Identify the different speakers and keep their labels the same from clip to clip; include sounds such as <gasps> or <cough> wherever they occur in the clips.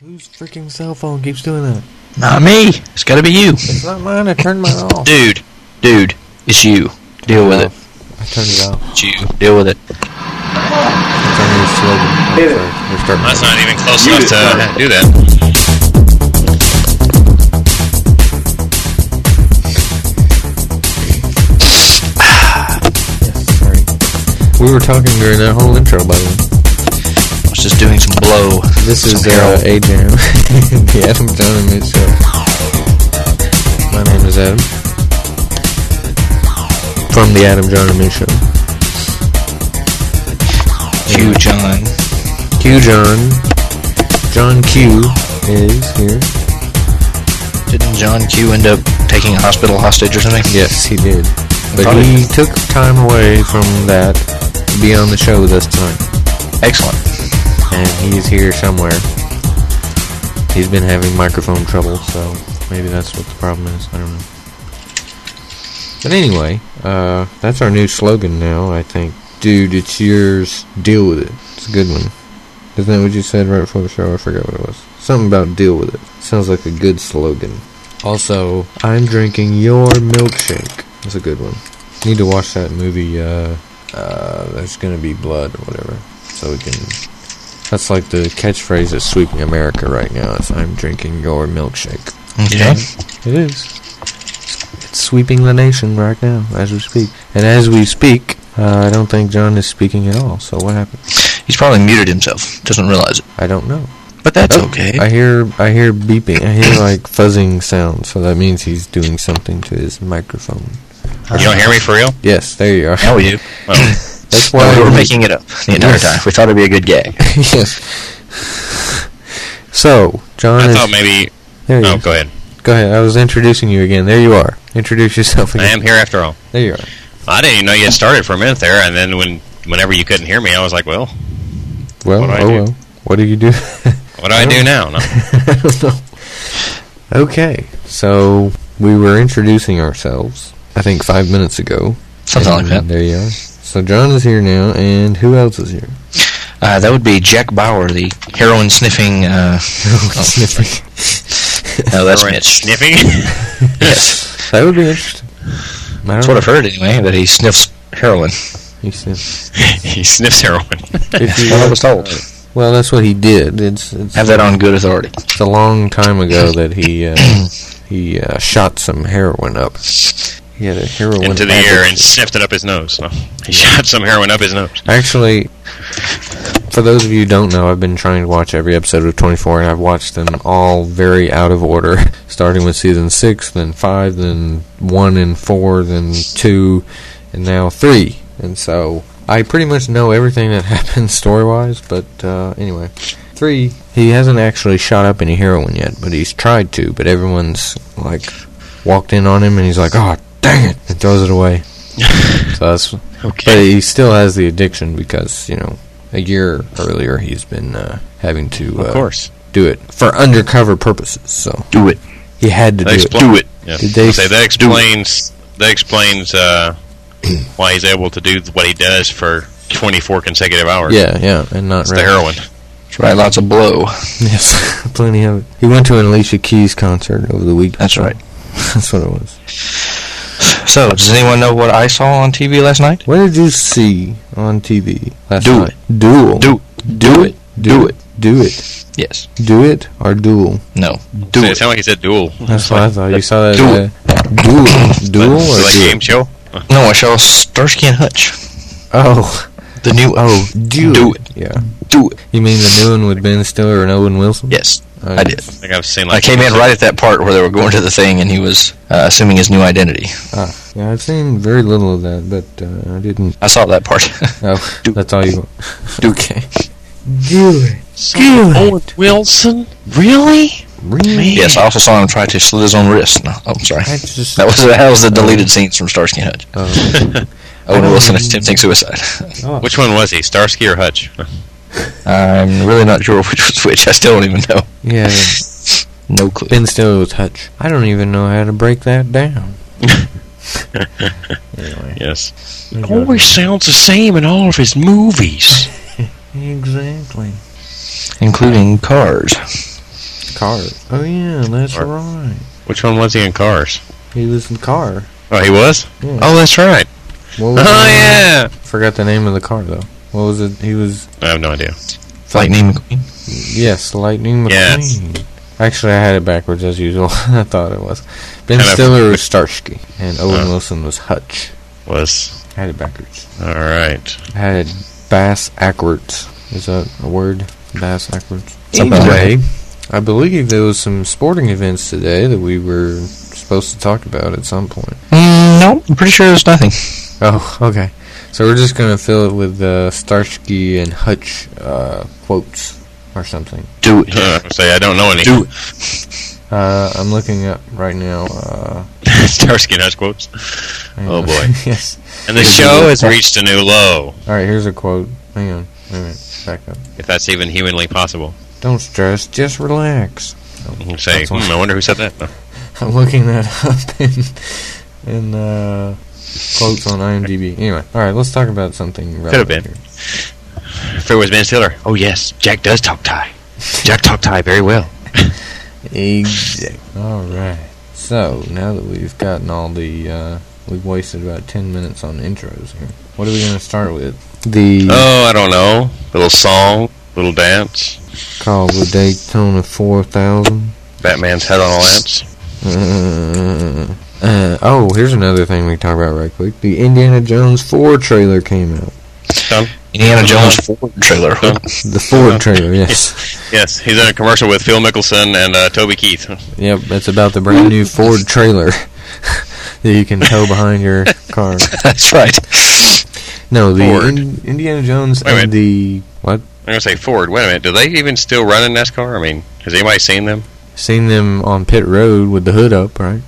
Speaker 1: Whose freaking cell phone keeps doing that?
Speaker 2: Not me. It's gotta be you.
Speaker 1: It's not mine. I turned mine off.
Speaker 2: Dude, dude, it's you. Deal with it.
Speaker 1: I turned it off.
Speaker 2: It's you. Deal with it.
Speaker 1: It's on your slogan.
Speaker 3: Hit it.
Speaker 1: Sorry, we're starting
Speaker 2: Oh, That's not even close
Speaker 3: You
Speaker 2: enough
Speaker 3: did
Speaker 2: to do that.
Speaker 1: Sorry. We were talking during that whole intro, by the way.
Speaker 2: I was just doing some blow.
Speaker 1: This is
Speaker 2: some
Speaker 1: uh,
Speaker 2: Harold.
Speaker 1: A Jam, <laughs> the Adam John and Mitch Show. uh, My name is Adam. From the Adam John and Mitch Show.
Speaker 2: Hugh John.
Speaker 1: Q John. John Q is here.
Speaker 2: Didn't John Q end up taking a hospital hostage or something?
Speaker 1: Yes, he did. But
Speaker 2: Probably-
Speaker 1: he took time away from that to be on the show with us tonight.
Speaker 2: Excellent.
Speaker 1: And he's here somewhere. He's been having microphone trouble, so maybe that's what the problem is. I don't know. But anyway, uh, that's our new slogan now, I think. Dude, it's yours. Deal with it. It's a good one. Isn't that what you said right before the show? I forgot what it was. Something about deal with it. Sounds like a good slogan. Also, I'm drinking your milkshake. That's a good one. Need to watch that movie, uh, uh, There's Gonna Be Blood or whatever. So we can. That's like the catchphrase that's sweeping America right now is I'm drinking your milkshake.
Speaker 2: Okay.
Speaker 1: It is. It's sweeping the nation right now as we speak. And as we speak, uh, I don't think John is speaking at all. So what happened?
Speaker 2: He's probably muted himself. Doesn't realize it.
Speaker 1: I don't know.
Speaker 2: But that's
Speaker 1: Oh,
Speaker 2: okay.
Speaker 1: I hear I hear beeping. I hear like fuzzing sounds. So that means he's doing something to his microphone.
Speaker 2: you don't hear me for real?
Speaker 1: Yes, there Oh, you are.
Speaker 2: Now we do.
Speaker 1: <laughs>
Speaker 2: Well,
Speaker 1: That's
Speaker 2: no,
Speaker 1: why
Speaker 2: we were making it up the entire
Speaker 1: Yes.
Speaker 2: time. We thought it'd be a good gag.
Speaker 1: <laughs> yes. So John
Speaker 4: I
Speaker 1: is
Speaker 4: thought maybe.
Speaker 1: there. You
Speaker 4: Oh,
Speaker 1: are.
Speaker 4: go ahead.
Speaker 1: Go ahead. I was introducing you again. There you are. Introduce yourself
Speaker 4: I
Speaker 1: again.
Speaker 4: am here after all.
Speaker 1: There you are.
Speaker 4: I didn't even know you had started for a minute there, and then when whenever you couldn't hear me, I was like, "Well,
Speaker 1: Well,
Speaker 4: What do I
Speaker 1: oh
Speaker 4: do?
Speaker 1: well. What do you
Speaker 2: <laughs>
Speaker 1: do?
Speaker 4: what do I do now?"
Speaker 1: <laughs>
Speaker 4: No.
Speaker 1: I don't know. Okay, so we were introducing ourselves. I think five minutes ago.
Speaker 2: Something like
Speaker 1: And
Speaker 2: <laughs> that.
Speaker 1: There you are. So John is here now, and who else is here?
Speaker 2: Uh, that would be Jack Bauer, the heroin sniffing. <laughs> Uh, Oh,
Speaker 1: Sniffing.
Speaker 2: no, that's
Speaker 4: Throwing-
Speaker 2: Mitch.
Speaker 4: Sniffing. <laughs>
Speaker 2: Yes,
Speaker 1: That would be interesting. I
Speaker 2: that's
Speaker 1: don't
Speaker 2: what I've heard anyway. That he sniffs heroin.
Speaker 1: know. He
Speaker 4: <laughs>
Speaker 1: sniffs.
Speaker 4: he sniffs heroin.
Speaker 1: If
Speaker 2: That's
Speaker 1: you-
Speaker 2: what I was told.
Speaker 1: well, that's what he did. It's it's,
Speaker 2: Have that on good authority.
Speaker 1: it's a long time ago
Speaker 2: <laughs>
Speaker 1: that he uh, he uh, shot some heroin up. He had a heroin
Speaker 4: into the air and
Speaker 1: addict.
Speaker 4: sniffed it up his nose. No. He shot some heroin up his nose.
Speaker 1: Actually, for those of you who don't know, I've been trying to watch every episode of 24, and I've watched them all very out of order, <laughs> starting with season 6, then 5, then 1 and 4, then 2, and now 3. And so I pretty much know everything that <laughs> happens story wise, but uh, anyway. 3, he hasn't actually shot up any heroin yet, but he's tried to, but everyone's like walked in on him, and he's like, oh, dang it, and throws it away. so that's but he still has the addiction because you know a year earlier he's been uh, having to uh,
Speaker 4: Of course.
Speaker 1: do it for undercover purposes. So
Speaker 2: Do it.
Speaker 1: he had to
Speaker 4: That
Speaker 1: do it.
Speaker 4: explains. it. Yeah.
Speaker 1: Did they
Speaker 4: say that explains that explains
Speaker 1: <clears throat>
Speaker 4: uh, why he's able to do what he does for 24 consecutive hours.
Speaker 1: Yeah, yeah, and not
Speaker 4: It's
Speaker 1: really.
Speaker 4: the heroin.
Speaker 2: Right, lots of blow.
Speaker 1: <laughs> Yes, <laughs> plenty of it. He went to an Alicia Keys concert over the weekend. <laughs>
Speaker 2: That's right.
Speaker 1: That's what it was.
Speaker 2: So, does anyone know what I saw on TV last night?
Speaker 1: What did you see on TV last
Speaker 2: Do
Speaker 1: night? Duel.
Speaker 2: Do it.
Speaker 1: Do it. Do it.
Speaker 2: Yes.
Speaker 1: Do it or duel.
Speaker 2: No.
Speaker 4: Say,
Speaker 2: Do
Speaker 4: It
Speaker 2: it.
Speaker 4: sounded like he said duel.
Speaker 1: That's what I thought. You saw that.
Speaker 2: Do
Speaker 1: uh, Duel. Duel or
Speaker 4: Like
Speaker 1: do
Speaker 4: game
Speaker 1: it?
Speaker 4: show.
Speaker 2: No, I saw Starsky and Hutch.
Speaker 1: Oh,
Speaker 2: The new.
Speaker 1: oh, do,
Speaker 2: Do
Speaker 1: it. Yeah.
Speaker 2: Do it.
Speaker 1: You mean the new one with Ben Stiller and Owen Wilson?
Speaker 2: Yes.
Speaker 1: Uh,
Speaker 2: I did.
Speaker 4: I think I've seen
Speaker 2: I
Speaker 4: like
Speaker 2: came in right at that part where they were going to the thing and he was uh, assuming his new identity.
Speaker 1: Ah, yeah, I've seen very little of that, but uh, I didn't.
Speaker 2: I saw that part. <laughs>
Speaker 1: Oh,
Speaker 2: Do-
Speaker 1: that's all you.
Speaker 2: Do
Speaker 1: okay. Do it.
Speaker 4: Owen Wilson. Really?
Speaker 1: Really?
Speaker 2: Yes, I also saw him try to slit his own wrist. No, Oh, I'm sorry.
Speaker 1: I just.
Speaker 2: That was that was the deleted scenes from Starsky and Hutch.
Speaker 1: Oh,
Speaker 4: <laughs>
Speaker 2: Owen Wilson attempting suicide. <laughs>
Speaker 4: Which one was he? Starsky or Hutch? <laughs>
Speaker 2: I'm really not sure <laughs> which was which. I still don't even know.
Speaker 1: yeah, yeah.
Speaker 2: No clue.
Speaker 1: Ben Stiller with Hutch. I don't even know how to break that down. anyway.
Speaker 4: Yes.
Speaker 5: always sounds the same in all of his movies.
Speaker 1: Exactly.
Speaker 2: Including cars.
Speaker 1: Cars. Oh yeah, that's
Speaker 4: Or-
Speaker 1: right.
Speaker 4: Which one was he in Cars?
Speaker 1: He was in Car.
Speaker 4: Oh, he was.
Speaker 1: Yeah.
Speaker 4: <laughs> Oh, that's right.
Speaker 1: What was the name?
Speaker 4: Oh yeah.
Speaker 1: Forgot the name of the car though. What was it? He was
Speaker 4: I have no idea.
Speaker 2: Lightning McQueen.
Speaker 1: yes, Lightning McQueen.
Speaker 4: Yes.
Speaker 1: Actually, I had it backwards as usual. <laughs> I thought it was. Ben
Speaker 4: Kind of- <laughs>
Speaker 1: Stiller was Starsky, and Owen
Speaker 4: Oh.
Speaker 1: Wilson was Hutch.
Speaker 4: Was
Speaker 1: I had it backwards.
Speaker 4: all right. <laughs>
Speaker 1: I had it bass backwards. Is that a word? Bass backwards.
Speaker 2: Something like
Speaker 1: Anyway, I believe there was some sporting events today that we were supposed to talk about at some point.
Speaker 2: Mm, nope, I'm pretty sure there's nothing.
Speaker 1: Oh, okay. So we're just gonna fill it with uh, Starsky and Hutch uh, quotes or something.
Speaker 2: Do it.
Speaker 4: I was gonna say I don't know any.
Speaker 2: Do it.
Speaker 1: Uh, I'm looking up right now. Uh,
Speaker 4: <laughs> Starsky and Hutch quotes.
Speaker 1: hang
Speaker 4: Oh,
Speaker 1: on.
Speaker 4: boy.
Speaker 1: <laughs> yes.
Speaker 4: And the show has reached a new low,
Speaker 1: All right. Here's a quote. Hang on. Wait a minute. Back up.
Speaker 4: if that's even humanly possible.
Speaker 1: Don't stress. Just relax.
Speaker 4: You can say,
Speaker 1: That's one.
Speaker 4: hmm, I wonder who said that.
Speaker 1: I'm looking that <laughs> up in in uh, quotes on IMDb. Anyway. All right. Let's talk about something. relevant
Speaker 4: been.
Speaker 1: here.
Speaker 4: If it was Ben Stiller. Oh yes, Jack does talk Thai. Jack talk Thai very well.
Speaker 1: Exactly. All right. So now that we've gotten all the, uh, we've wasted about ten minutes on intros here. What are we going to start with? The
Speaker 4: Oh, I don't know. Little song, little dance.
Speaker 1: called the Daytona 4000.
Speaker 4: Batman's head on a lance.
Speaker 1: Uh, uh, oh, here's another thing we can talk about right quick. The Indiana Jones 4 trailer came out.
Speaker 2: Indiana Jones Ford trailer.
Speaker 4: Dun.
Speaker 1: The Ford trailer,
Speaker 4: <laughs>
Speaker 1: yes.
Speaker 4: Yes, he's in a commercial with Phil Mickelson and uh, Toby Keith.
Speaker 1: Yep, that's about the brand new Ford trailer <laughs> that you can tow behind your car.
Speaker 2: <laughs> That's right.
Speaker 1: No, the
Speaker 4: Ford.
Speaker 1: In- Indiana Jones
Speaker 4: Wait a
Speaker 1: and the what?
Speaker 4: I'm gonna say Ford. Wait a minute, do they even still run in NASCAR? I mean, has anybody seen them? <laughs>
Speaker 1: Seen them on pit road with the hood up, right?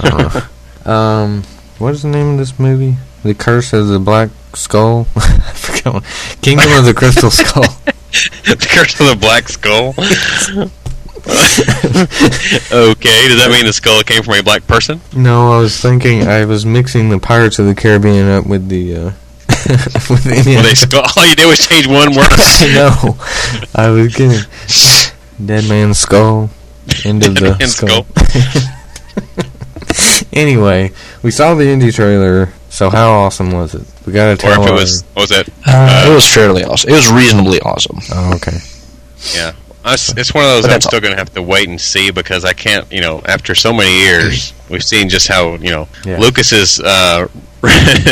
Speaker 1: I don't
Speaker 4: <laughs>
Speaker 1: know. um, what is the name of this movie? The Curse of the Black Skull. <laughs> I forgot. One. Kingdom of the Crystal Skull.
Speaker 4: the Curse of the Black Skull. <laughs> okay, does that mean the skull came from a black person?
Speaker 1: No, I was thinking I was mixing the Pirates of the Caribbean up with the uh, <laughs> with the
Speaker 4: Well,
Speaker 1: Indiana.
Speaker 4: they skull. <laughs> All you did was change one word.
Speaker 1: <laughs> no, I was kidding. Dead man's skull. End of
Speaker 4: <laughs> Dead
Speaker 1: <laughs> the
Speaker 4: man's
Speaker 1: skull. <laughs> anyway, we saw the indie trailer. So how awesome was it? We gotta
Speaker 4: Or
Speaker 1: tell
Speaker 4: if it
Speaker 1: our-
Speaker 4: was, what was that?
Speaker 2: Uh, it was fairly awesome. It was reasonably awesome.
Speaker 1: Oh, okay.
Speaker 4: It's, it's one of those
Speaker 2: But
Speaker 4: I'm
Speaker 2: that's-
Speaker 4: still going to have to wait and see because I can't, you know, after so many
Speaker 1: <clears throat>
Speaker 4: years, we've seen just how, you know,
Speaker 1: Yeah.
Speaker 4: Lucas's uh, <laughs>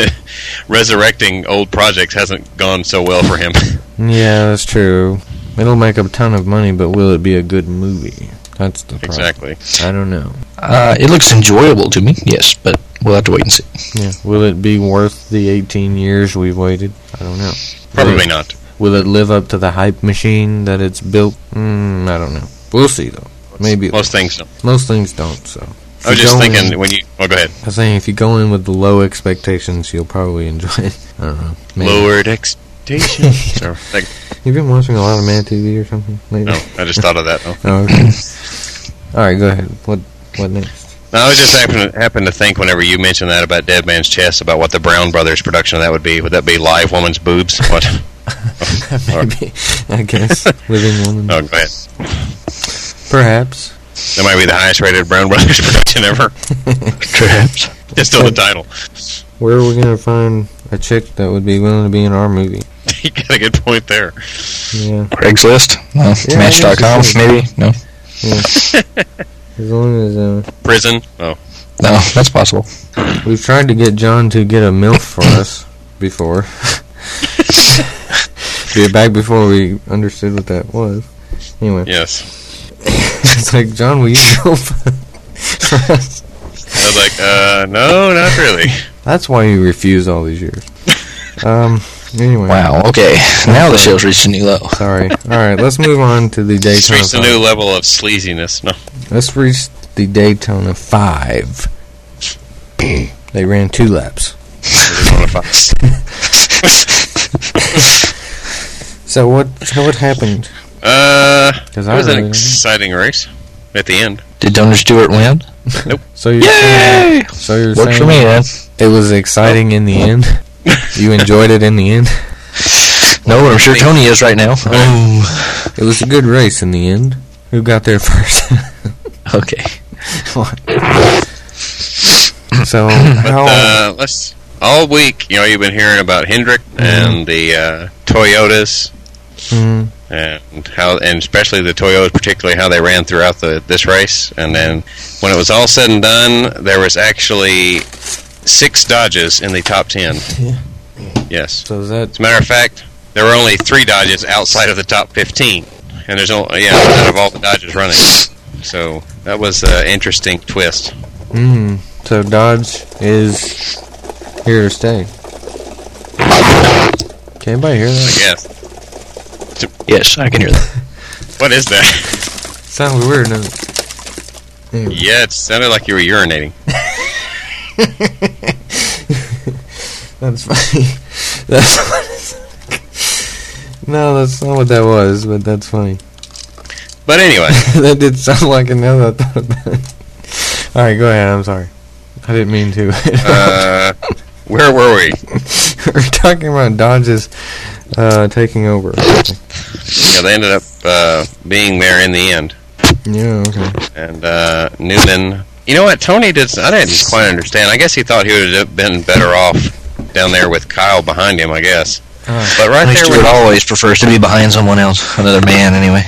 Speaker 4: resurrecting old projects hasn't gone so well for him. <laughs>
Speaker 1: Yeah, that's true. It'll make a ton of money, but will it be a good movie? That's the problem.
Speaker 4: exactly.
Speaker 1: I don't know.
Speaker 2: Uh, it looks enjoyable to me, yes, but we'll have to wait and see.
Speaker 1: Yeah. Will it be worth the 18 years we've waited? I don't know.
Speaker 4: Probably not.
Speaker 1: Will it live up to the hype machine that it's built? Mm, I don't know. We'll see though. Maybe
Speaker 4: Most things don't.
Speaker 1: most things don't. So If
Speaker 4: I was
Speaker 1: you
Speaker 4: just
Speaker 1: go
Speaker 4: thinking
Speaker 1: In,
Speaker 4: when you. Oh, go ahead.
Speaker 1: I was saying if you go in with the low expectations, you'll probably enjoy it. <laughs> I don't know. Maybe.
Speaker 4: Lowered <laughs> expectations. Or, like,
Speaker 1: You've been watching a lot of Mad TV or something lately.
Speaker 4: no, I just thought of that. No.
Speaker 1: Oh,
Speaker 4: <laughs>
Speaker 1: okay. All right, go ahead. What what next? <laughs>
Speaker 4: No, I was just happened happened to think whenever you mentioned that about Dead Man's Chest about what the Brown Brothers production of that would be. Would that be live woman's boobs? <laughs> What?
Speaker 1: Maybe I
Speaker 4: <laughs>
Speaker 1: guess Living Woman.
Speaker 4: Oh, go ahead.
Speaker 1: Perhaps.
Speaker 4: That might be the highest rated Brown Brothers <laughs> production ever.
Speaker 2: Perhaps.
Speaker 4: It's still the title. <laughs>
Speaker 1: Where are we gonna find a chick that would be willing to be in our movie?
Speaker 4: you got a good point there.
Speaker 1: Yeah.
Speaker 2: Craigslist? No.
Speaker 1: Yeah, I
Speaker 2: Match.com?
Speaker 1: guess it
Speaker 2: Maybe? No.
Speaker 4: <laughs>
Speaker 1: Yeah. as long as uh,
Speaker 4: Prison. Oh,
Speaker 2: No, that's possible.
Speaker 1: We've tried to get John to get a milk
Speaker 2: <coughs>
Speaker 1: for us before. Be back before we understood what that was. Anyway,
Speaker 4: yes.
Speaker 1: <laughs> it's like John, will you milk <laughs> for us?
Speaker 4: I was like, uh, no, not
Speaker 1: <laughs>
Speaker 4: really.
Speaker 1: That's why you refuse all these years. Um. Anyway.
Speaker 2: Wow, okay. Now the show's reached a new low.
Speaker 1: Sorry. All right. Let's move on to the
Speaker 4: It's
Speaker 1: Daytona.
Speaker 4: reached a new
Speaker 1: Five.
Speaker 4: level of sleaziness. No,
Speaker 1: Let's reach the Daytona Five.
Speaker 2: <clears throat>
Speaker 1: they ran two laps. <laughs>
Speaker 4: Arizona Fox.
Speaker 1: So what? So what happened?
Speaker 4: Uh,
Speaker 1: Because
Speaker 4: that was an exciting race at the end.
Speaker 2: Did Donor Stewart win?
Speaker 1: So you're saying,
Speaker 2: Yay!
Speaker 1: so you're
Speaker 2: Worked
Speaker 1: saying
Speaker 2: for me, man.
Speaker 1: It was exciting in the end. <laughs> You enjoyed it in the end.
Speaker 2: No, I'm sure Tony is right now. Oh.
Speaker 1: It was a good race in the end. Who got there <laughs> first?
Speaker 2: Okay.
Speaker 1: so
Speaker 4: But
Speaker 1: how?
Speaker 4: uh, let's all week, you know, you've been hearing about Hendrick and the uh, Toyotas,
Speaker 1: mm,
Speaker 4: and how, and especially the Toyotas, particularly how they ran throughout the this race. And then when it was all said and done, there was actually six Dodges in the top ten. Yes.
Speaker 1: so is that
Speaker 4: As a matter of fact, there were only three Dodges outside of the top 15, and there's only yeah out of all the Dodges running. So that was an interesting twist.
Speaker 1: Mm, so Dodge is here to stay. Can anybody hear
Speaker 4: I
Speaker 1: that?
Speaker 4: guess.
Speaker 2: Yes, I can hear that.
Speaker 4: What is that?
Speaker 1: Sounds weird, doesn't it? Anyway.
Speaker 4: yeah, it sounded like you were urinating.
Speaker 1: That's funny. <laughs> That's what it's- No, that's not what that was, but that's funny.
Speaker 4: But anyway,
Speaker 1: <laughs> that did sound like another thought about it. Alright, go ahead, I'm sorry. I didn't mean to. <laughs>
Speaker 4: uh, where were we?
Speaker 1: We're talking about Dodge's uh, taking over.
Speaker 4: Yeah, they ended up uh, being there in the end,
Speaker 1: Yeah, okay.
Speaker 4: and uh, Newman. You know what? Tony did. I didn't quite understand. I guess he thought he would have been better off down there with Kyle behind him. I guess.
Speaker 1: Ah.
Speaker 4: But
Speaker 2: I
Speaker 4: right
Speaker 2: think
Speaker 4: there,
Speaker 2: Stewart
Speaker 4: when,
Speaker 2: always prefers to be behind someone else, another man, anyway.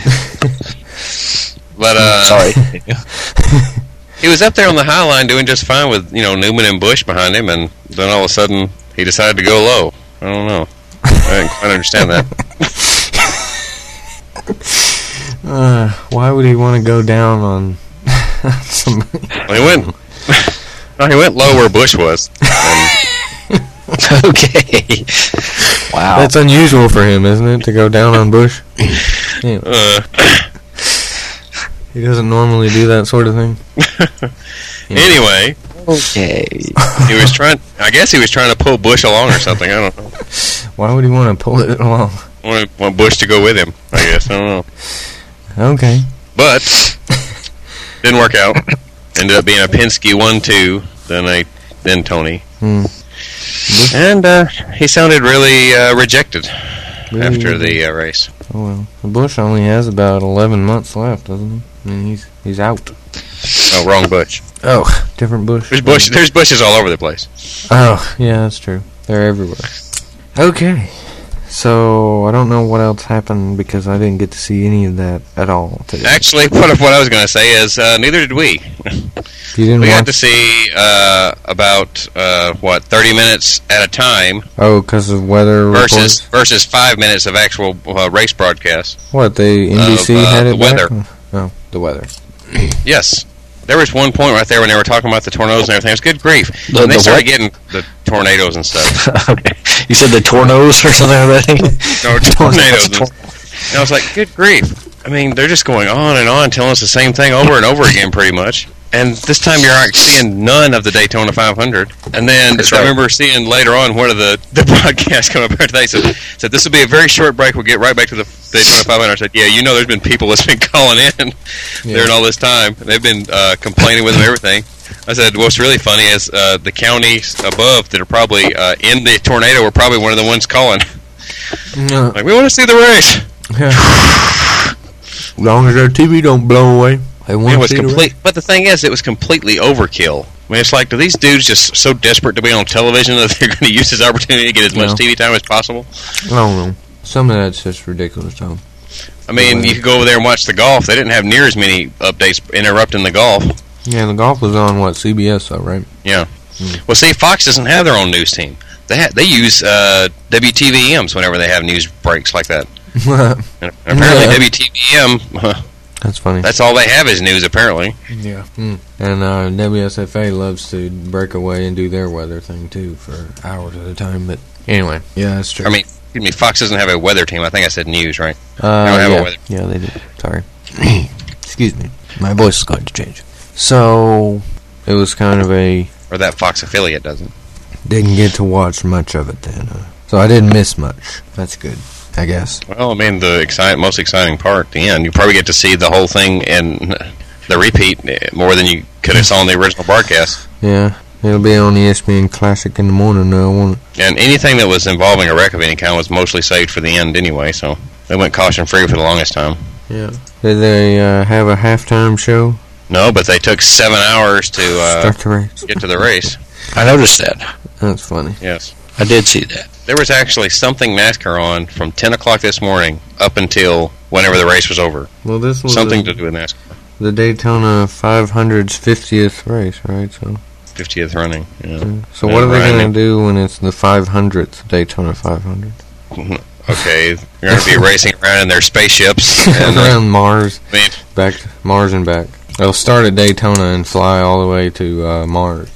Speaker 4: but uh,
Speaker 2: Sorry. <laughs>
Speaker 4: he was up there on the high line doing just fine with you know Newman and Bush behind him, and then all of a sudden he decided to go low. I don't know. I didn't quite understand that.
Speaker 1: Uh, why would he want to go down on <laughs> somebody?
Speaker 4: Well, he went. <laughs> no, he went low where Bush was.
Speaker 2: okay. Wow.
Speaker 1: That's unusual for him, isn't it, to go down on Bush? Yeah,
Speaker 4: Uh,
Speaker 1: he doesn't normally do that sort of thing.
Speaker 4: anyway,
Speaker 2: okay.
Speaker 4: he was trying. I guess he was trying to pull Bush along or something. I don't know.
Speaker 1: Why would he want to pull it <laughs> along?
Speaker 4: Want, want Bush to go with him? I guess I don't know.
Speaker 1: Okay.
Speaker 4: But didn't work out. Ended up being a Penske one-two. Then I, then Tony,
Speaker 1: Hmm.
Speaker 4: and uh, he sounded really uh, rejected
Speaker 1: Really?
Speaker 4: after the uh, race.
Speaker 1: Oh well, Bush only has about eleven months left, doesn't he? I mean, he's he's out.
Speaker 4: Oh, wrong Bush.
Speaker 1: Oh, different Bush.
Speaker 4: There's bush. There's bushes all over the place.
Speaker 1: Oh, yeah, that's true. They're everywhere. Okay. So I don't know what else happened because I didn't get to see any of that at all today.
Speaker 4: Actually, <laughs> what what I was going to say is uh, neither did we.
Speaker 1: you didn't
Speaker 4: We got
Speaker 1: watch?
Speaker 4: to see uh, about uh, what 30 minutes at a time
Speaker 1: Oh, because of weather
Speaker 4: versus
Speaker 1: reports.
Speaker 4: versus five minutes of actual uh, race broadcast.
Speaker 1: What they NBC
Speaker 4: uh,
Speaker 1: had
Speaker 4: the
Speaker 1: it back?
Speaker 4: weather.
Speaker 1: Oh, the weather.
Speaker 4: Yes. There was one point right there when they were talking about the tornadoes and everything. It was good grief.
Speaker 2: The-
Speaker 4: and they
Speaker 2: the
Speaker 4: started
Speaker 2: what?
Speaker 4: getting the tornadoes and stuff.
Speaker 2: okay. You said the tornadoes or something like that?
Speaker 4: No, tornadoes. and, and I was like, good grief. I mean, they're just going on and on, telling us the same thing over and over again, pretty much. And this time you're like, seeing none of the Daytona 500. And then
Speaker 2: That's
Speaker 4: I
Speaker 2: right.
Speaker 4: remember seeing later on one of the, the <laughs> broadcasts come up here today said, said, this will be a very short break. We'll get right back to the Daytona 500. I said, yeah, you know there's been people that's been <laughs> calling in during all this time. And they've been uh, complaining with them everything. I said, what's really funny is uh, the counties above that are probably uh, in the tornado were probably one of the ones calling.
Speaker 1: No.
Speaker 4: Like, we want to see the race.
Speaker 1: As long as their TV don't blow away. They want
Speaker 4: it was
Speaker 1: to see the
Speaker 4: complete. But the thing is, it was completely overkill. I mean, it's like, do these dudes just so desperate to be on television <laughs> that they're going to use this opportunity to get as
Speaker 1: No.
Speaker 4: much TV time as possible?
Speaker 1: rest. I don't know. Some of that's just ridiculous, Tom.
Speaker 4: I mean, you could go over there and watch the golf. They didn't have near as many updates interrupting the golf.
Speaker 1: Yeah, the golf was on what CBS, though, <laughs> right?
Speaker 4: Well, see, Fox doesn't have their own news team. They ha- they use uh, WTVMs whenever they have news breaks like that. And apparently,
Speaker 1: Yeah.
Speaker 4: WTVM,
Speaker 1: that's funny.
Speaker 4: that's all they have is news. Apparently,
Speaker 1: yeah. Mm. And uh, WSFA loves to break away and do their weather thing too for hours at a time. But anyway, yeah, that's true.
Speaker 4: I mean, excuse me, Fox doesn't have a weather team. I think I said news, right?
Speaker 1: Uh,
Speaker 4: They don't have a
Speaker 1: yeah.
Speaker 4: weather.
Speaker 1: Yeah, they did. Sorry. <clears throat> Excuse me. My voice is going to change. So it was kind of a
Speaker 4: Or that Fox affiliate doesn't.
Speaker 1: didn't get to watch much of it then. Huh? So I didn't miss much. That's good, I guess.
Speaker 4: Well, I mean, the excite- most exciting part, the end. You probably get to see the whole thing in the repeat eh, more than you could have saw in the original broadcast.
Speaker 1: Yeah, it'll be on E ESPN Classic in the morning. Though, won't it?
Speaker 4: And anything that was involving a wreck of any kind was mostly saved for the end anyway, so they went caution free for the longest time.
Speaker 1: Yeah. Did they uh, have a halftime show?
Speaker 4: No, but they took seven hours to uh,
Speaker 1: Start the race.
Speaker 4: get to the race.
Speaker 2: I noticed that.
Speaker 1: That's funny.
Speaker 4: Yes.
Speaker 2: I did see that.
Speaker 4: There was actually something NASCAR on from 10 o'clock this morning up until whenever the race was over.
Speaker 1: Well, this was
Speaker 4: Something
Speaker 1: the,
Speaker 4: to do with NASCAR.
Speaker 1: the Daytona 500's 50th race, right? So,
Speaker 4: 50th running. Yeah.
Speaker 1: so what are they
Speaker 4: Right.
Speaker 1: going to do when it's the 500th Daytona 500?
Speaker 4: Okay,
Speaker 1: <laughs>
Speaker 4: you're going to be racing around in their spaceships. And, uh,
Speaker 1: Around Mars,
Speaker 4: I mean,
Speaker 1: back to Mars and back. They'll start at Daytona and fly all the way to uh, Mars.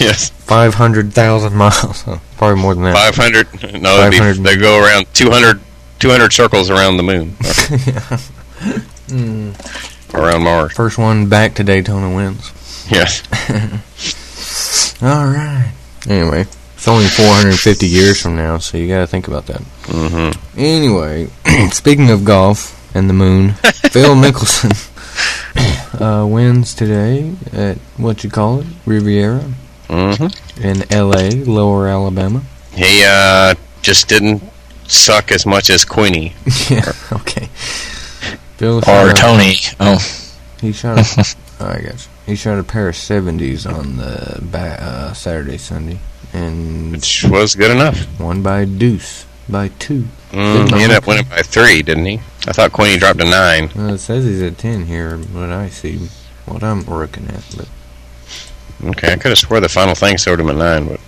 Speaker 4: yes,
Speaker 1: 500,000 <laughs> miles. huh, Probably more than that.
Speaker 4: 500. No, it'd be-
Speaker 1: 500.
Speaker 4: they go around 200, 200 circles around
Speaker 1: <laughs>
Speaker 4: the moon,
Speaker 1: Mm.
Speaker 4: around Mars.
Speaker 1: First one back to Daytona wins.
Speaker 4: Yes.
Speaker 1: All right. Anyway, it's only 450 years from now, so you got to think about that.
Speaker 4: hmm
Speaker 1: Anyway, <clears throat> speaking of golf and the <laughs> moon, Phil <laughs> Mickelson uh, wins today at what you call it, Riviera
Speaker 4: hmm
Speaker 1: in L.A., Lower Alabama.
Speaker 4: He uh, just didn't suck as much as Queenie.
Speaker 1: <laughs> yeah. Okay. Phil
Speaker 2: Or
Speaker 1: shot a-
Speaker 2: Tony. Oh,
Speaker 1: He shot. A, <laughs> oh, I guess he shot a pair of seventies on the ba- uh, Saturday, Sunday, and
Speaker 4: which was good enough.
Speaker 1: won by a deuce by two.
Speaker 4: Mm,
Speaker 1: Good
Speaker 4: he ended
Speaker 1: enough.
Speaker 4: up winning by three, didn't he? I thought Queenie dropped a nine.
Speaker 1: Well, it says he's at ten here. What I see, what I'm looking at, but
Speaker 4: Okay, I could have swore the final thing showed him a nine, but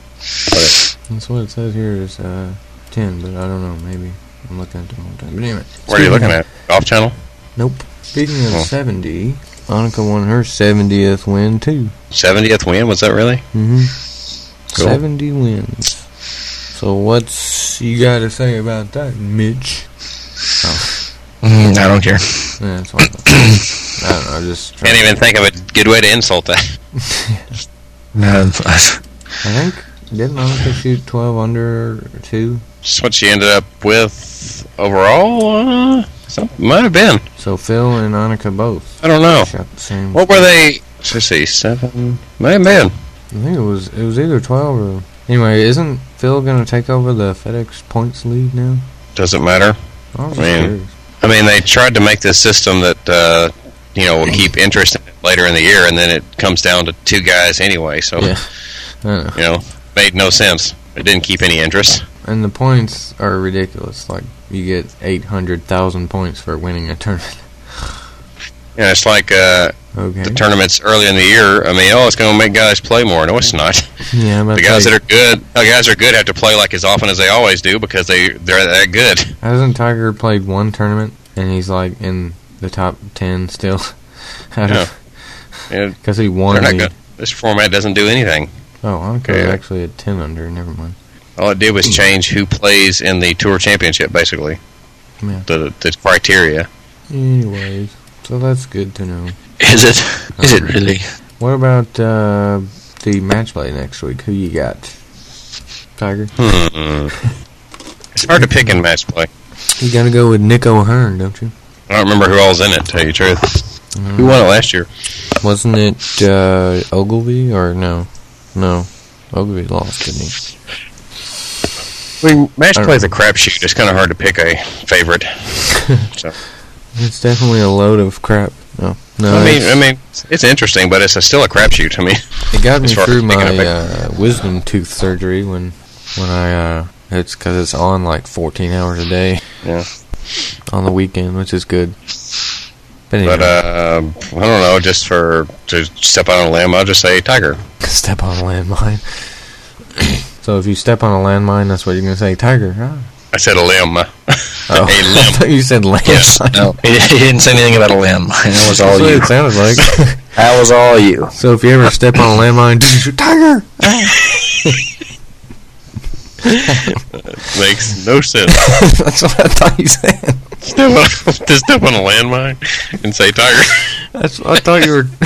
Speaker 1: that's what it says here is uh, ten. But I don't know. Maybe I'm looking at the wrong time. But anyway,
Speaker 4: what are you
Speaker 1: speaking
Speaker 4: looking
Speaker 1: of-
Speaker 4: at? Golf channel?
Speaker 1: Nope. Speaking of
Speaker 4: Oh.
Speaker 1: seventy, Annika won her seventieth win too.
Speaker 4: 70th win? Was that really?
Speaker 1: hmm
Speaker 4: Cool.
Speaker 1: 70 wins. So what's you got to say about that, Mitch?
Speaker 2: mm, I don't care.
Speaker 1: Yeah, that's
Speaker 4: <coughs>
Speaker 1: what I, thought. I don't know. I just
Speaker 4: Can't even think of a good way to insult that.
Speaker 2: No,
Speaker 1: I think didn't Annika shoot 12 under or two?
Speaker 4: That's what she ended up with overall. Uh, some- might have been.
Speaker 1: So Phil and Annika both
Speaker 4: I don't know.
Speaker 1: shot the same.
Speaker 4: Oh. What were they? Let's see, seven. Might have been.
Speaker 1: I think it was it was either 12 or anyway. Isn't Phil gonna take over the FedEx points lead now?
Speaker 4: Doesn't matter.
Speaker 1: I was just
Speaker 4: Man.
Speaker 1: curious.
Speaker 4: I mean, they tried to make this system that uh, you know will keep interest in it later in the year, and then it comes down to two guys anyway. So
Speaker 1: Yeah. I don't know.
Speaker 4: you know, made no sense. It didn't keep any interest.
Speaker 1: And the points are ridiculous. Like you get 800,000 points for winning a tournament. <laughs>
Speaker 4: You know, it's like uh,
Speaker 1: Okay.
Speaker 4: the tournaments early in the year. I mean, oh, it's going to make guys play more. No, it's not.
Speaker 1: yeah, but
Speaker 4: The guys
Speaker 1: like-
Speaker 4: that are good, the guys that are good have to play like as often as they always do because they they're that good.
Speaker 1: Hasn't Tiger played one tournament and he's like in the top ten still? <laughs>
Speaker 4: Yeah.
Speaker 1: Because <laughs>
Speaker 4: It-
Speaker 1: he
Speaker 4: they're
Speaker 1: won
Speaker 4: not
Speaker 1: the.
Speaker 4: good. This format doesn't do anything.
Speaker 1: Oh, Annika
Speaker 4: Yeah.
Speaker 1: was actually at ten under. Never mind.
Speaker 4: All it did was change who plays in the tour championship, basically.
Speaker 1: Yeah.
Speaker 4: The the criteria.
Speaker 1: Anyways, so that's good to know.
Speaker 2: is it? Is it really?
Speaker 1: What about uh, the match play next week? Who you got? Tiger.
Speaker 4: Hmm. It's hard to pick in match play.
Speaker 1: You gotta go with Nick O'Hearn, don't you?
Speaker 4: I don't remember who all's in it. To tell you the truth, who won it last year?
Speaker 1: Wasn't it uh, Ogilvy or no? No, Ogilvy lost, didn't he?
Speaker 4: I mean, match
Speaker 1: I don't
Speaker 4: play's a crapshoot. It's kind of hard to pick a
Speaker 1: <laughs>
Speaker 4: favorite. so,
Speaker 1: It's definitely a load of crap. No, no.
Speaker 4: I mean,
Speaker 1: it's-
Speaker 4: I mean, it's interesting, but it's a, still a crapshoot. I mean,
Speaker 1: It got me
Speaker 4: As far as
Speaker 1: through
Speaker 4: picking
Speaker 1: my
Speaker 4: up
Speaker 1: uh, wisdom tooth surgery when when I uh, it's because it's on like 14 hours a day.
Speaker 4: Yeah.
Speaker 1: On the weekend, which is good. But, anyway,
Speaker 4: but uh, I don't know. Just for to step out on a limb, I'll just say Tiger.
Speaker 1: step on a landmine. so if you step on a landmine, that's what you're gonna say, Tiger. huh?
Speaker 4: I said a limb. <laughs>
Speaker 1: Oh, <laughs>
Speaker 4: A
Speaker 1: I
Speaker 4: limb.
Speaker 1: thought you said landmine.
Speaker 2: <laughs> Yes. No. He, he didn't say anything about a limb. That was all
Speaker 1: That's what
Speaker 2: you.
Speaker 1: it sounded like.
Speaker 2: That was all you.
Speaker 1: so if you ever step on a landmine, <laughs> Tiger.
Speaker 4: Makes no sense.
Speaker 1: that's what I thought you said.
Speaker 4: step on, <laughs> to step on a landmine and say Tiger.
Speaker 1: That's I thought you were. <laughs>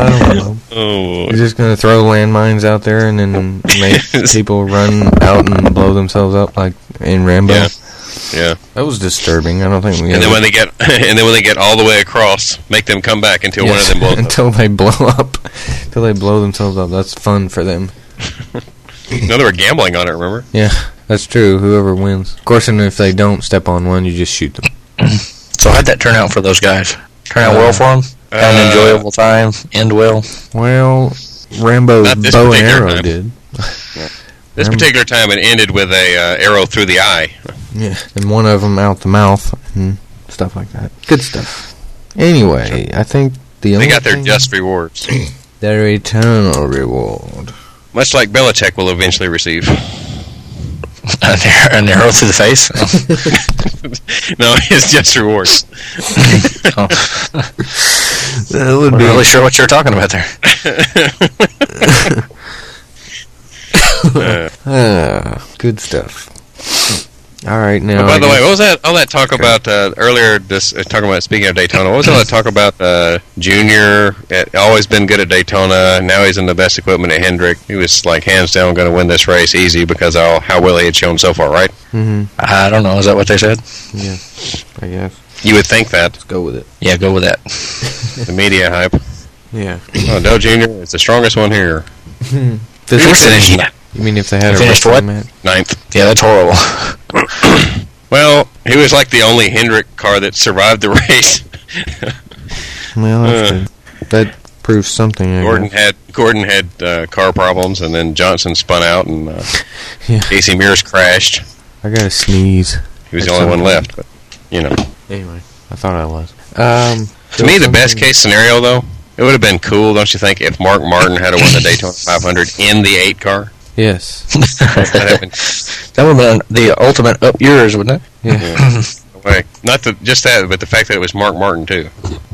Speaker 1: I don't know.
Speaker 4: Oh,
Speaker 1: You're just gonna throw landmines out there and then <laughs> make people run out and blow themselves up like in Rambo.
Speaker 4: Yeah. yeah.
Speaker 1: That was disturbing. I don't think we.
Speaker 4: And then
Speaker 1: ever-
Speaker 4: when they get, <laughs> and then when they get all the way across, make them come back
Speaker 1: <laughs>
Speaker 4: until one of
Speaker 1: Yes,
Speaker 4: them blows. up.
Speaker 1: until they blow up, until they blow themselves up. That's fun for them.
Speaker 4: No, they were gambling on it. Remember?
Speaker 1: Yeah, that's true. Whoever wins, of course. And if they don't step on one, you just shoot them.
Speaker 2: So how'd that turn out for those guys? Turn out well for them? Had
Speaker 4: uh,
Speaker 2: an enjoyable time? End well? <laughs>
Speaker 1: Well, Rambo's
Speaker 4: Not this
Speaker 1: bow and
Speaker 4: particular
Speaker 1: arrow
Speaker 4: time.
Speaker 1: did.
Speaker 4: This
Speaker 1: Um,
Speaker 4: particular time, it ended with a uh, arrow through the eye.
Speaker 1: Yeah, and one of them out the mouth and stuff like that. Good stuff. Anyway, I think the only
Speaker 4: They got their
Speaker 1: thing-
Speaker 4: just rewards,
Speaker 1: their eternal reward.
Speaker 4: much like Belichick will eventually receive. <laughs>
Speaker 2: An ar- an arrow through the face? <laughs>
Speaker 4: no, <laughs> his just rewards.
Speaker 2: Oh,
Speaker 1: That would
Speaker 2: I'm not really sure what you're talking about there.
Speaker 4: Uh,
Speaker 1: Ah, good stuff. All right, now.
Speaker 4: Oh, by
Speaker 1: Oh, I
Speaker 4: the
Speaker 1: guess-
Speaker 4: way, what was that? All that talk about uh, earlier? This uh, talking about speaking of Daytona. What was all that talk about? Uh, junior had always been good at Daytona. Now he's in the best equipment at Hendrick. He was like hands down going to win this race easy because of how well he had shown so far. Right?
Speaker 1: Mhm,
Speaker 2: I don't know. Is that what they said?
Speaker 1: I guess.
Speaker 4: You would think that
Speaker 1: Let's go with it.
Speaker 2: Yeah, go with that.
Speaker 4: the media hype.
Speaker 1: Yeah.
Speaker 4: Oh, Dell Junior is the strongest one here.
Speaker 1: Physically,
Speaker 2: Yeah,
Speaker 1: you mean if they had a
Speaker 2: Finished
Speaker 1: wrestling
Speaker 2: what?
Speaker 1: match?
Speaker 4: Ninth.
Speaker 2: yeah that's horrible.
Speaker 4: Well, he was like the only Hendrick car that survived the <laughs> race.
Speaker 1: Well, that's
Speaker 4: Uh.
Speaker 1: good. That proves something. I
Speaker 4: Gordon
Speaker 1: guess.
Speaker 4: had Gordon had uh, car problems, and then Johnson spun out, and uh,
Speaker 1: Yeah.
Speaker 4: Casey Mears crashed.
Speaker 1: I got to sneeze.
Speaker 4: He was
Speaker 1: That's
Speaker 4: the only one
Speaker 1: something.
Speaker 4: left. But you know,
Speaker 1: Anyway, I thought I was. Um,
Speaker 4: to me, the best
Speaker 1: something-
Speaker 4: case scenario though, it would have been cool, don't you think, if Mark Martin had won the Daytona 500 in the eight car?
Speaker 1: Yes.
Speaker 4: That
Speaker 2: that
Speaker 4: happened.
Speaker 2: would have been the ultimate up yours, wouldn't it?
Speaker 1: Yeah. <coughs>
Speaker 4: Like, not the, just that, but the fact that it was Mark Martin too.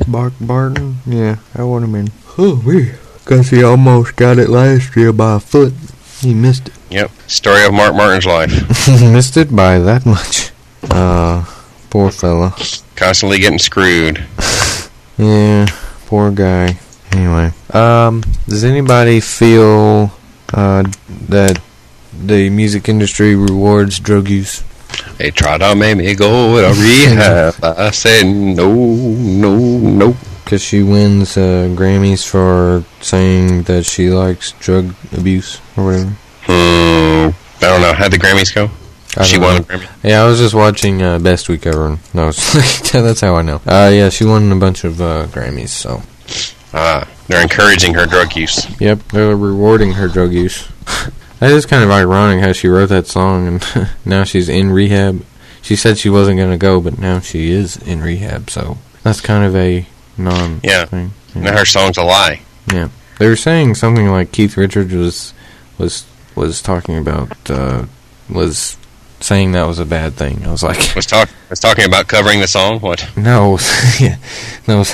Speaker 1: Bark Barton? Yeah, I want him in. Oh, we. Because he almost got it last year by a foot. He missed it.
Speaker 4: Yep, story of Mark Martin's life,
Speaker 1: he <laughs> missed it by that much. Uh, poor fella.
Speaker 4: constantly getting screwed.
Speaker 1: Yeah, poor guy. Anyway, um, does anybody feel uh, that the music industry rewards drug use?
Speaker 4: They tried to make me go to rehab. I said no, no, no.
Speaker 1: Because she wins uh, Grammys for saying that she likes drug abuse or whatever.
Speaker 4: Hmm. I don't know. How'd the Grammys go?
Speaker 1: I
Speaker 4: she
Speaker 1: don't
Speaker 4: won
Speaker 1: know.
Speaker 4: a Grammy.
Speaker 1: Yeah, I was just watching uh, Best Week Ever. and I was <laughs> like, that's how I know. Uh, yeah, she won a bunch of uh, Grammys, so.
Speaker 4: Ah, they're encouraging her drug use.
Speaker 1: Yep, they're rewarding her drug use. <laughs> that is kind of ironic how she wrote that song and <laughs> now she's in rehab. She said she wasn't going to go, but now she is in rehab, so. That's kind of a non
Speaker 4: Yeah.
Speaker 1: thing.
Speaker 4: Now her song's a lie.
Speaker 1: They were saying something like Keith Richards was was was talking about uh, was saying that was a bad thing. I was like,
Speaker 4: <laughs> Was talk was talking about covering the song. What?
Speaker 1: No, <laughs> yeah, no. I was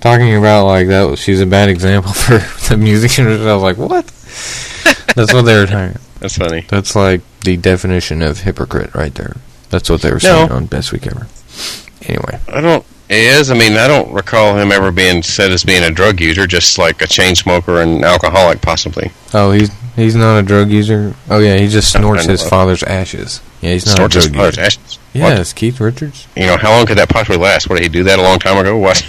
Speaker 1: talking about like that. was- She's a bad example <laughs> for the music industry. I was like, what? That's what they were talking.
Speaker 4: That's funny.
Speaker 1: That's like the definition of hypocrite right there. That's what they were
Speaker 4: No.
Speaker 1: saying on Best Week Ever. Anyway,
Speaker 4: I don't. It is. I mean, I don't recall him ever being said as being a drug user, just like a chain smoker and alcoholic, possibly.
Speaker 1: oh, he's he's not a drug user. Oh yeah, he just
Speaker 4: No, I
Speaker 1: snorts
Speaker 4: know
Speaker 1: his
Speaker 4: of.
Speaker 1: father's ashes. Yeah, he's not
Speaker 4: Snorts
Speaker 1: a
Speaker 4: his
Speaker 1: drug
Speaker 4: father's
Speaker 1: user.
Speaker 4: ashes. What?
Speaker 1: Yes, Keith Richards.
Speaker 4: You know, how long could that possibly last? What did he do that a long time
Speaker 1: <laughs>
Speaker 4: ago? What?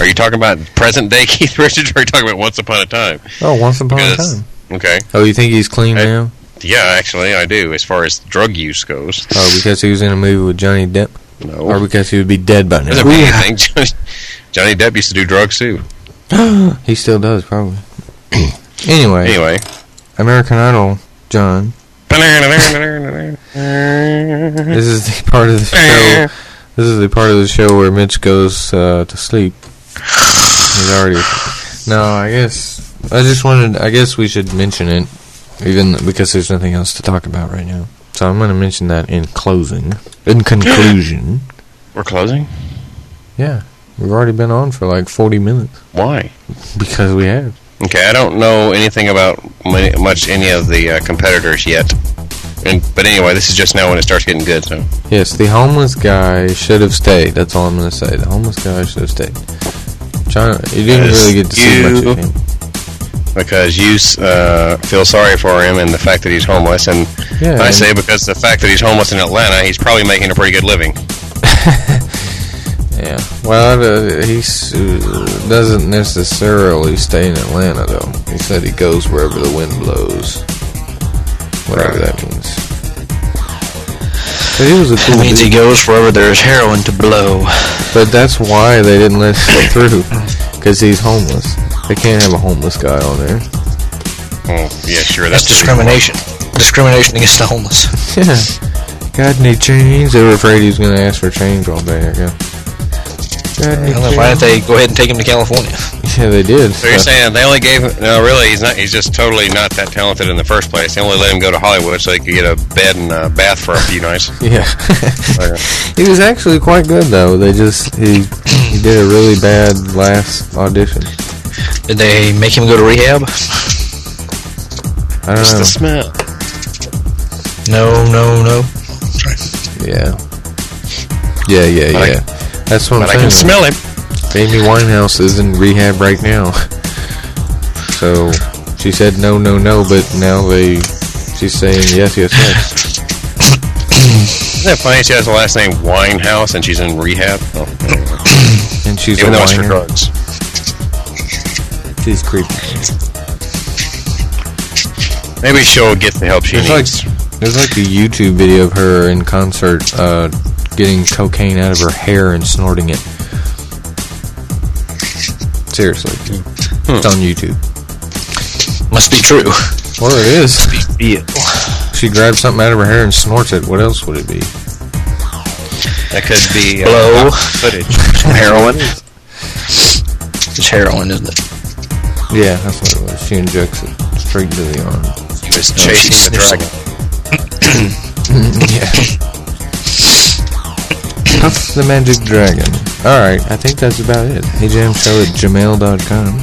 Speaker 4: Are you talking about present day <laughs> Keith Richards, or are you talking about once upon a time?
Speaker 1: Oh, once upon
Speaker 4: Because-
Speaker 1: a time.
Speaker 4: Okay.
Speaker 1: Oh, you think he's clean
Speaker 4: I-
Speaker 1: now?
Speaker 4: Yeah, actually, I do. As far as drug use goes,
Speaker 1: Oh, because he was in a movie with Johnny Depp,
Speaker 4: no.
Speaker 1: or because he would be dead by
Speaker 4: Oh. There's a
Speaker 1: now.
Speaker 4: big thing. <laughs> Johnny, Johnny Depp used to do drugs too.
Speaker 1: <gasps> He still does,
Speaker 4: <clears throat>
Speaker 1: probably. anyway,
Speaker 4: Anyway.
Speaker 1: American Idol, John. <laughs>
Speaker 4: <laughs> Mm-hmm.
Speaker 1: This is the part of the
Speaker 4: Eh.
Speaker 1: show. This is the part of the show where Mitch goes uh, to sleep. He's already. No, I guess I just wanted. I guess we should mention it, even because there's nothing else to talk about right now. So I'm going to mention that in closing, in conclusion.
Speaker 4: We're closing?
Speaker 1: yeah, we've already been on for like 40 minutes
Speaker 4: Why?
Speaker 1: because we have.
Speaker 4: Okay, I don't know anything about mu- much any of the uh, competitors yet. And, but anyway, this is just now when it starts getting good. So
Speaker 1: Yes, the homeless guy should have stayed. That's all I'm going to say. The homeless guy should have stayed. China, you didn't
Speaker 4: Yes,
Speaker 1: really get to see much
Speaker 4: you-
Speaker 1: of him.
Speaker 4: because you s- uh, feel sorry for him and the fact that he's homeless, and
Speaker 1: Yeah,
Speaker 4: I
Speaker 1: and-
Speaker 4: say because the fact that he's homeless in Atlanta, he's probably making a pretty good living.
Speaker 1: Yeah. Well, uh, he s- uh, doesn't necessarily stay in Atlanta, though. He said he goes wherever the wind blows. Whatever that means. But he was a cool
Speaker 2: That means he
Speaker 1: dude.
Speaker 2: goes wherever there's heroin to blow.
Speaker 1: But that's why they didn't let us go through. Because he's homeless. They can't have a homeless guy on there.
Speaker 4: Oh, yeah, sure.
Speaker 2: That's
Speaker 4: That's,
Speaker 2: discrimination. Discrimination against the homeless. <laughs>
Speaker 1: Yeah. Got any change? They were afraid he was going to ask for change all day, I guess. Got any
Speaker 2: Well, then Why
Speaker 1: change?
Speaker 2: didn't they go ahead and take him to California?
Speaker 1: Yeah, they did.
Speaker 4: So you're saying they only gave him? No, really, he's not. He's just totally not that talented in the first place. They only let him go to Hollywood so he could get a bed and a bath for a few nights.
Speaker 1: yeah.
Speaker 4: Okay.
Speaker 1: <laughs> he was actually quite good, though. They just, he, he did a really bad last audition.
Speaker 2: Did they make him go to rehab?
Speaker 1: I don't know.
Speaker 4: smell.
Speaker 2: No, no, no.
Speaker 1: Yeah. Yeah, yeah,
Speaker 4: But I-
Speaker 1: yeah. That's what I'm
Speaker 4: But I
Speaker 1: saying.
Speaker 4: can smell him.
Speaker 1: Amy Winehouse is in rehab right now. So she said no, no, no, but now they she's saying yes, yes, yes.
Speaker 4: Isn't that funny? She has the last name Winehouse and she's in rehab. Oh,
Speaker 1: And she's
Speaker 4: even
Speaker 1: a
Speaker 4: though it's for
Speaker 1: whiner.
Speaker 4: drugs.
Speaker 1: She's creepy.
Speaker 4: Maybe she'll get the help she
Speaker 1: There's like
Speaker 4: needs.
Speaker 1: there's like a YouTube video of her in concert, uh, getting cocaine out of her hair and snorting it. Seriously,
Speaker 4: Hmm.
Speaker 1: it's on YouTube.
Speaker 2: Must be true.
Speaker 1: Well, it is. She grabs something out of her hair and snorts it. What else would it be?
Speaker 4: that could be uh,
Speaker 2: Blow.
Speaker 4: footage.
Speaker 2: heroin. It's heroin, isn't it?
Speaker 1: Yeah, that's what it was. She injects it straight into the arm.
Speaker 4: He was
Speaker 2: No, she
Speaker 4: <laughs> chasing the
Speaker 2: sniffs
Speaker 4: dragon.
Speaker 1: Yeah. Puff the Magic Dragon. Alright, I think that's about it. HeyJamShow at gmail.com.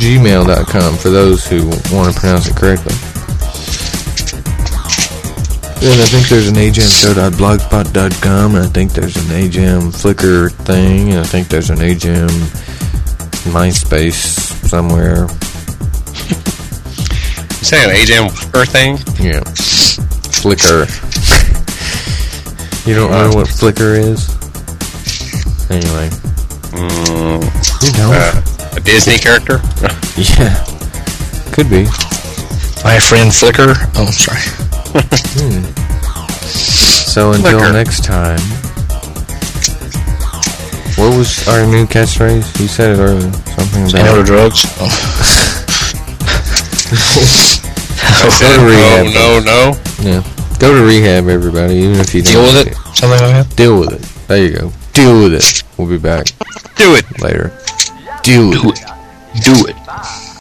Speaker 1: Gmail.com for those who want to pronounce it correctly. Then I think there's an ajamshow.blogspot.com, and I think there's an ajam Flickr thing, and I think there's an ajam MySpace somewhere.
Speaker 4: You saying an AJM Earth thing?
Speaker 1: Yeah. Flickr. you don't know what Flickr is? Anyway.
Speaker 4: Mm,
Speaker 1: You know.
Speaker 4: uh, a Disney character?
Speaker 1: yeah. Could be.
Speaker 2: My friend Flicker. Oh, I'm sorry.
Speaker 1: So until
Speaker 4: Flickr.
Speaker 1: next time. What was our new catchphrase? You said it earlier. Something
Speaker 2: You know
Speaker 1: about
Speaker 2: the drugs? Oh,
Speaker 1: go to
Speaker 4: no,
Speaker 1: rehab.
Speaker 4: no, no.
Speaker 1: Yeah. Go to rehab, everybody. Even if you
Speaker 2: deal
Speaker 1: don't
Speaker 2: with
Speaker 1: like
Speaker 2: it? Something like that?
Speaker 1: Deal with it. There you go. Deal with it. We'll be back
Speaker 4: Do it.
Speaker 1: later. Deal with it.
Speaker 2: Do it.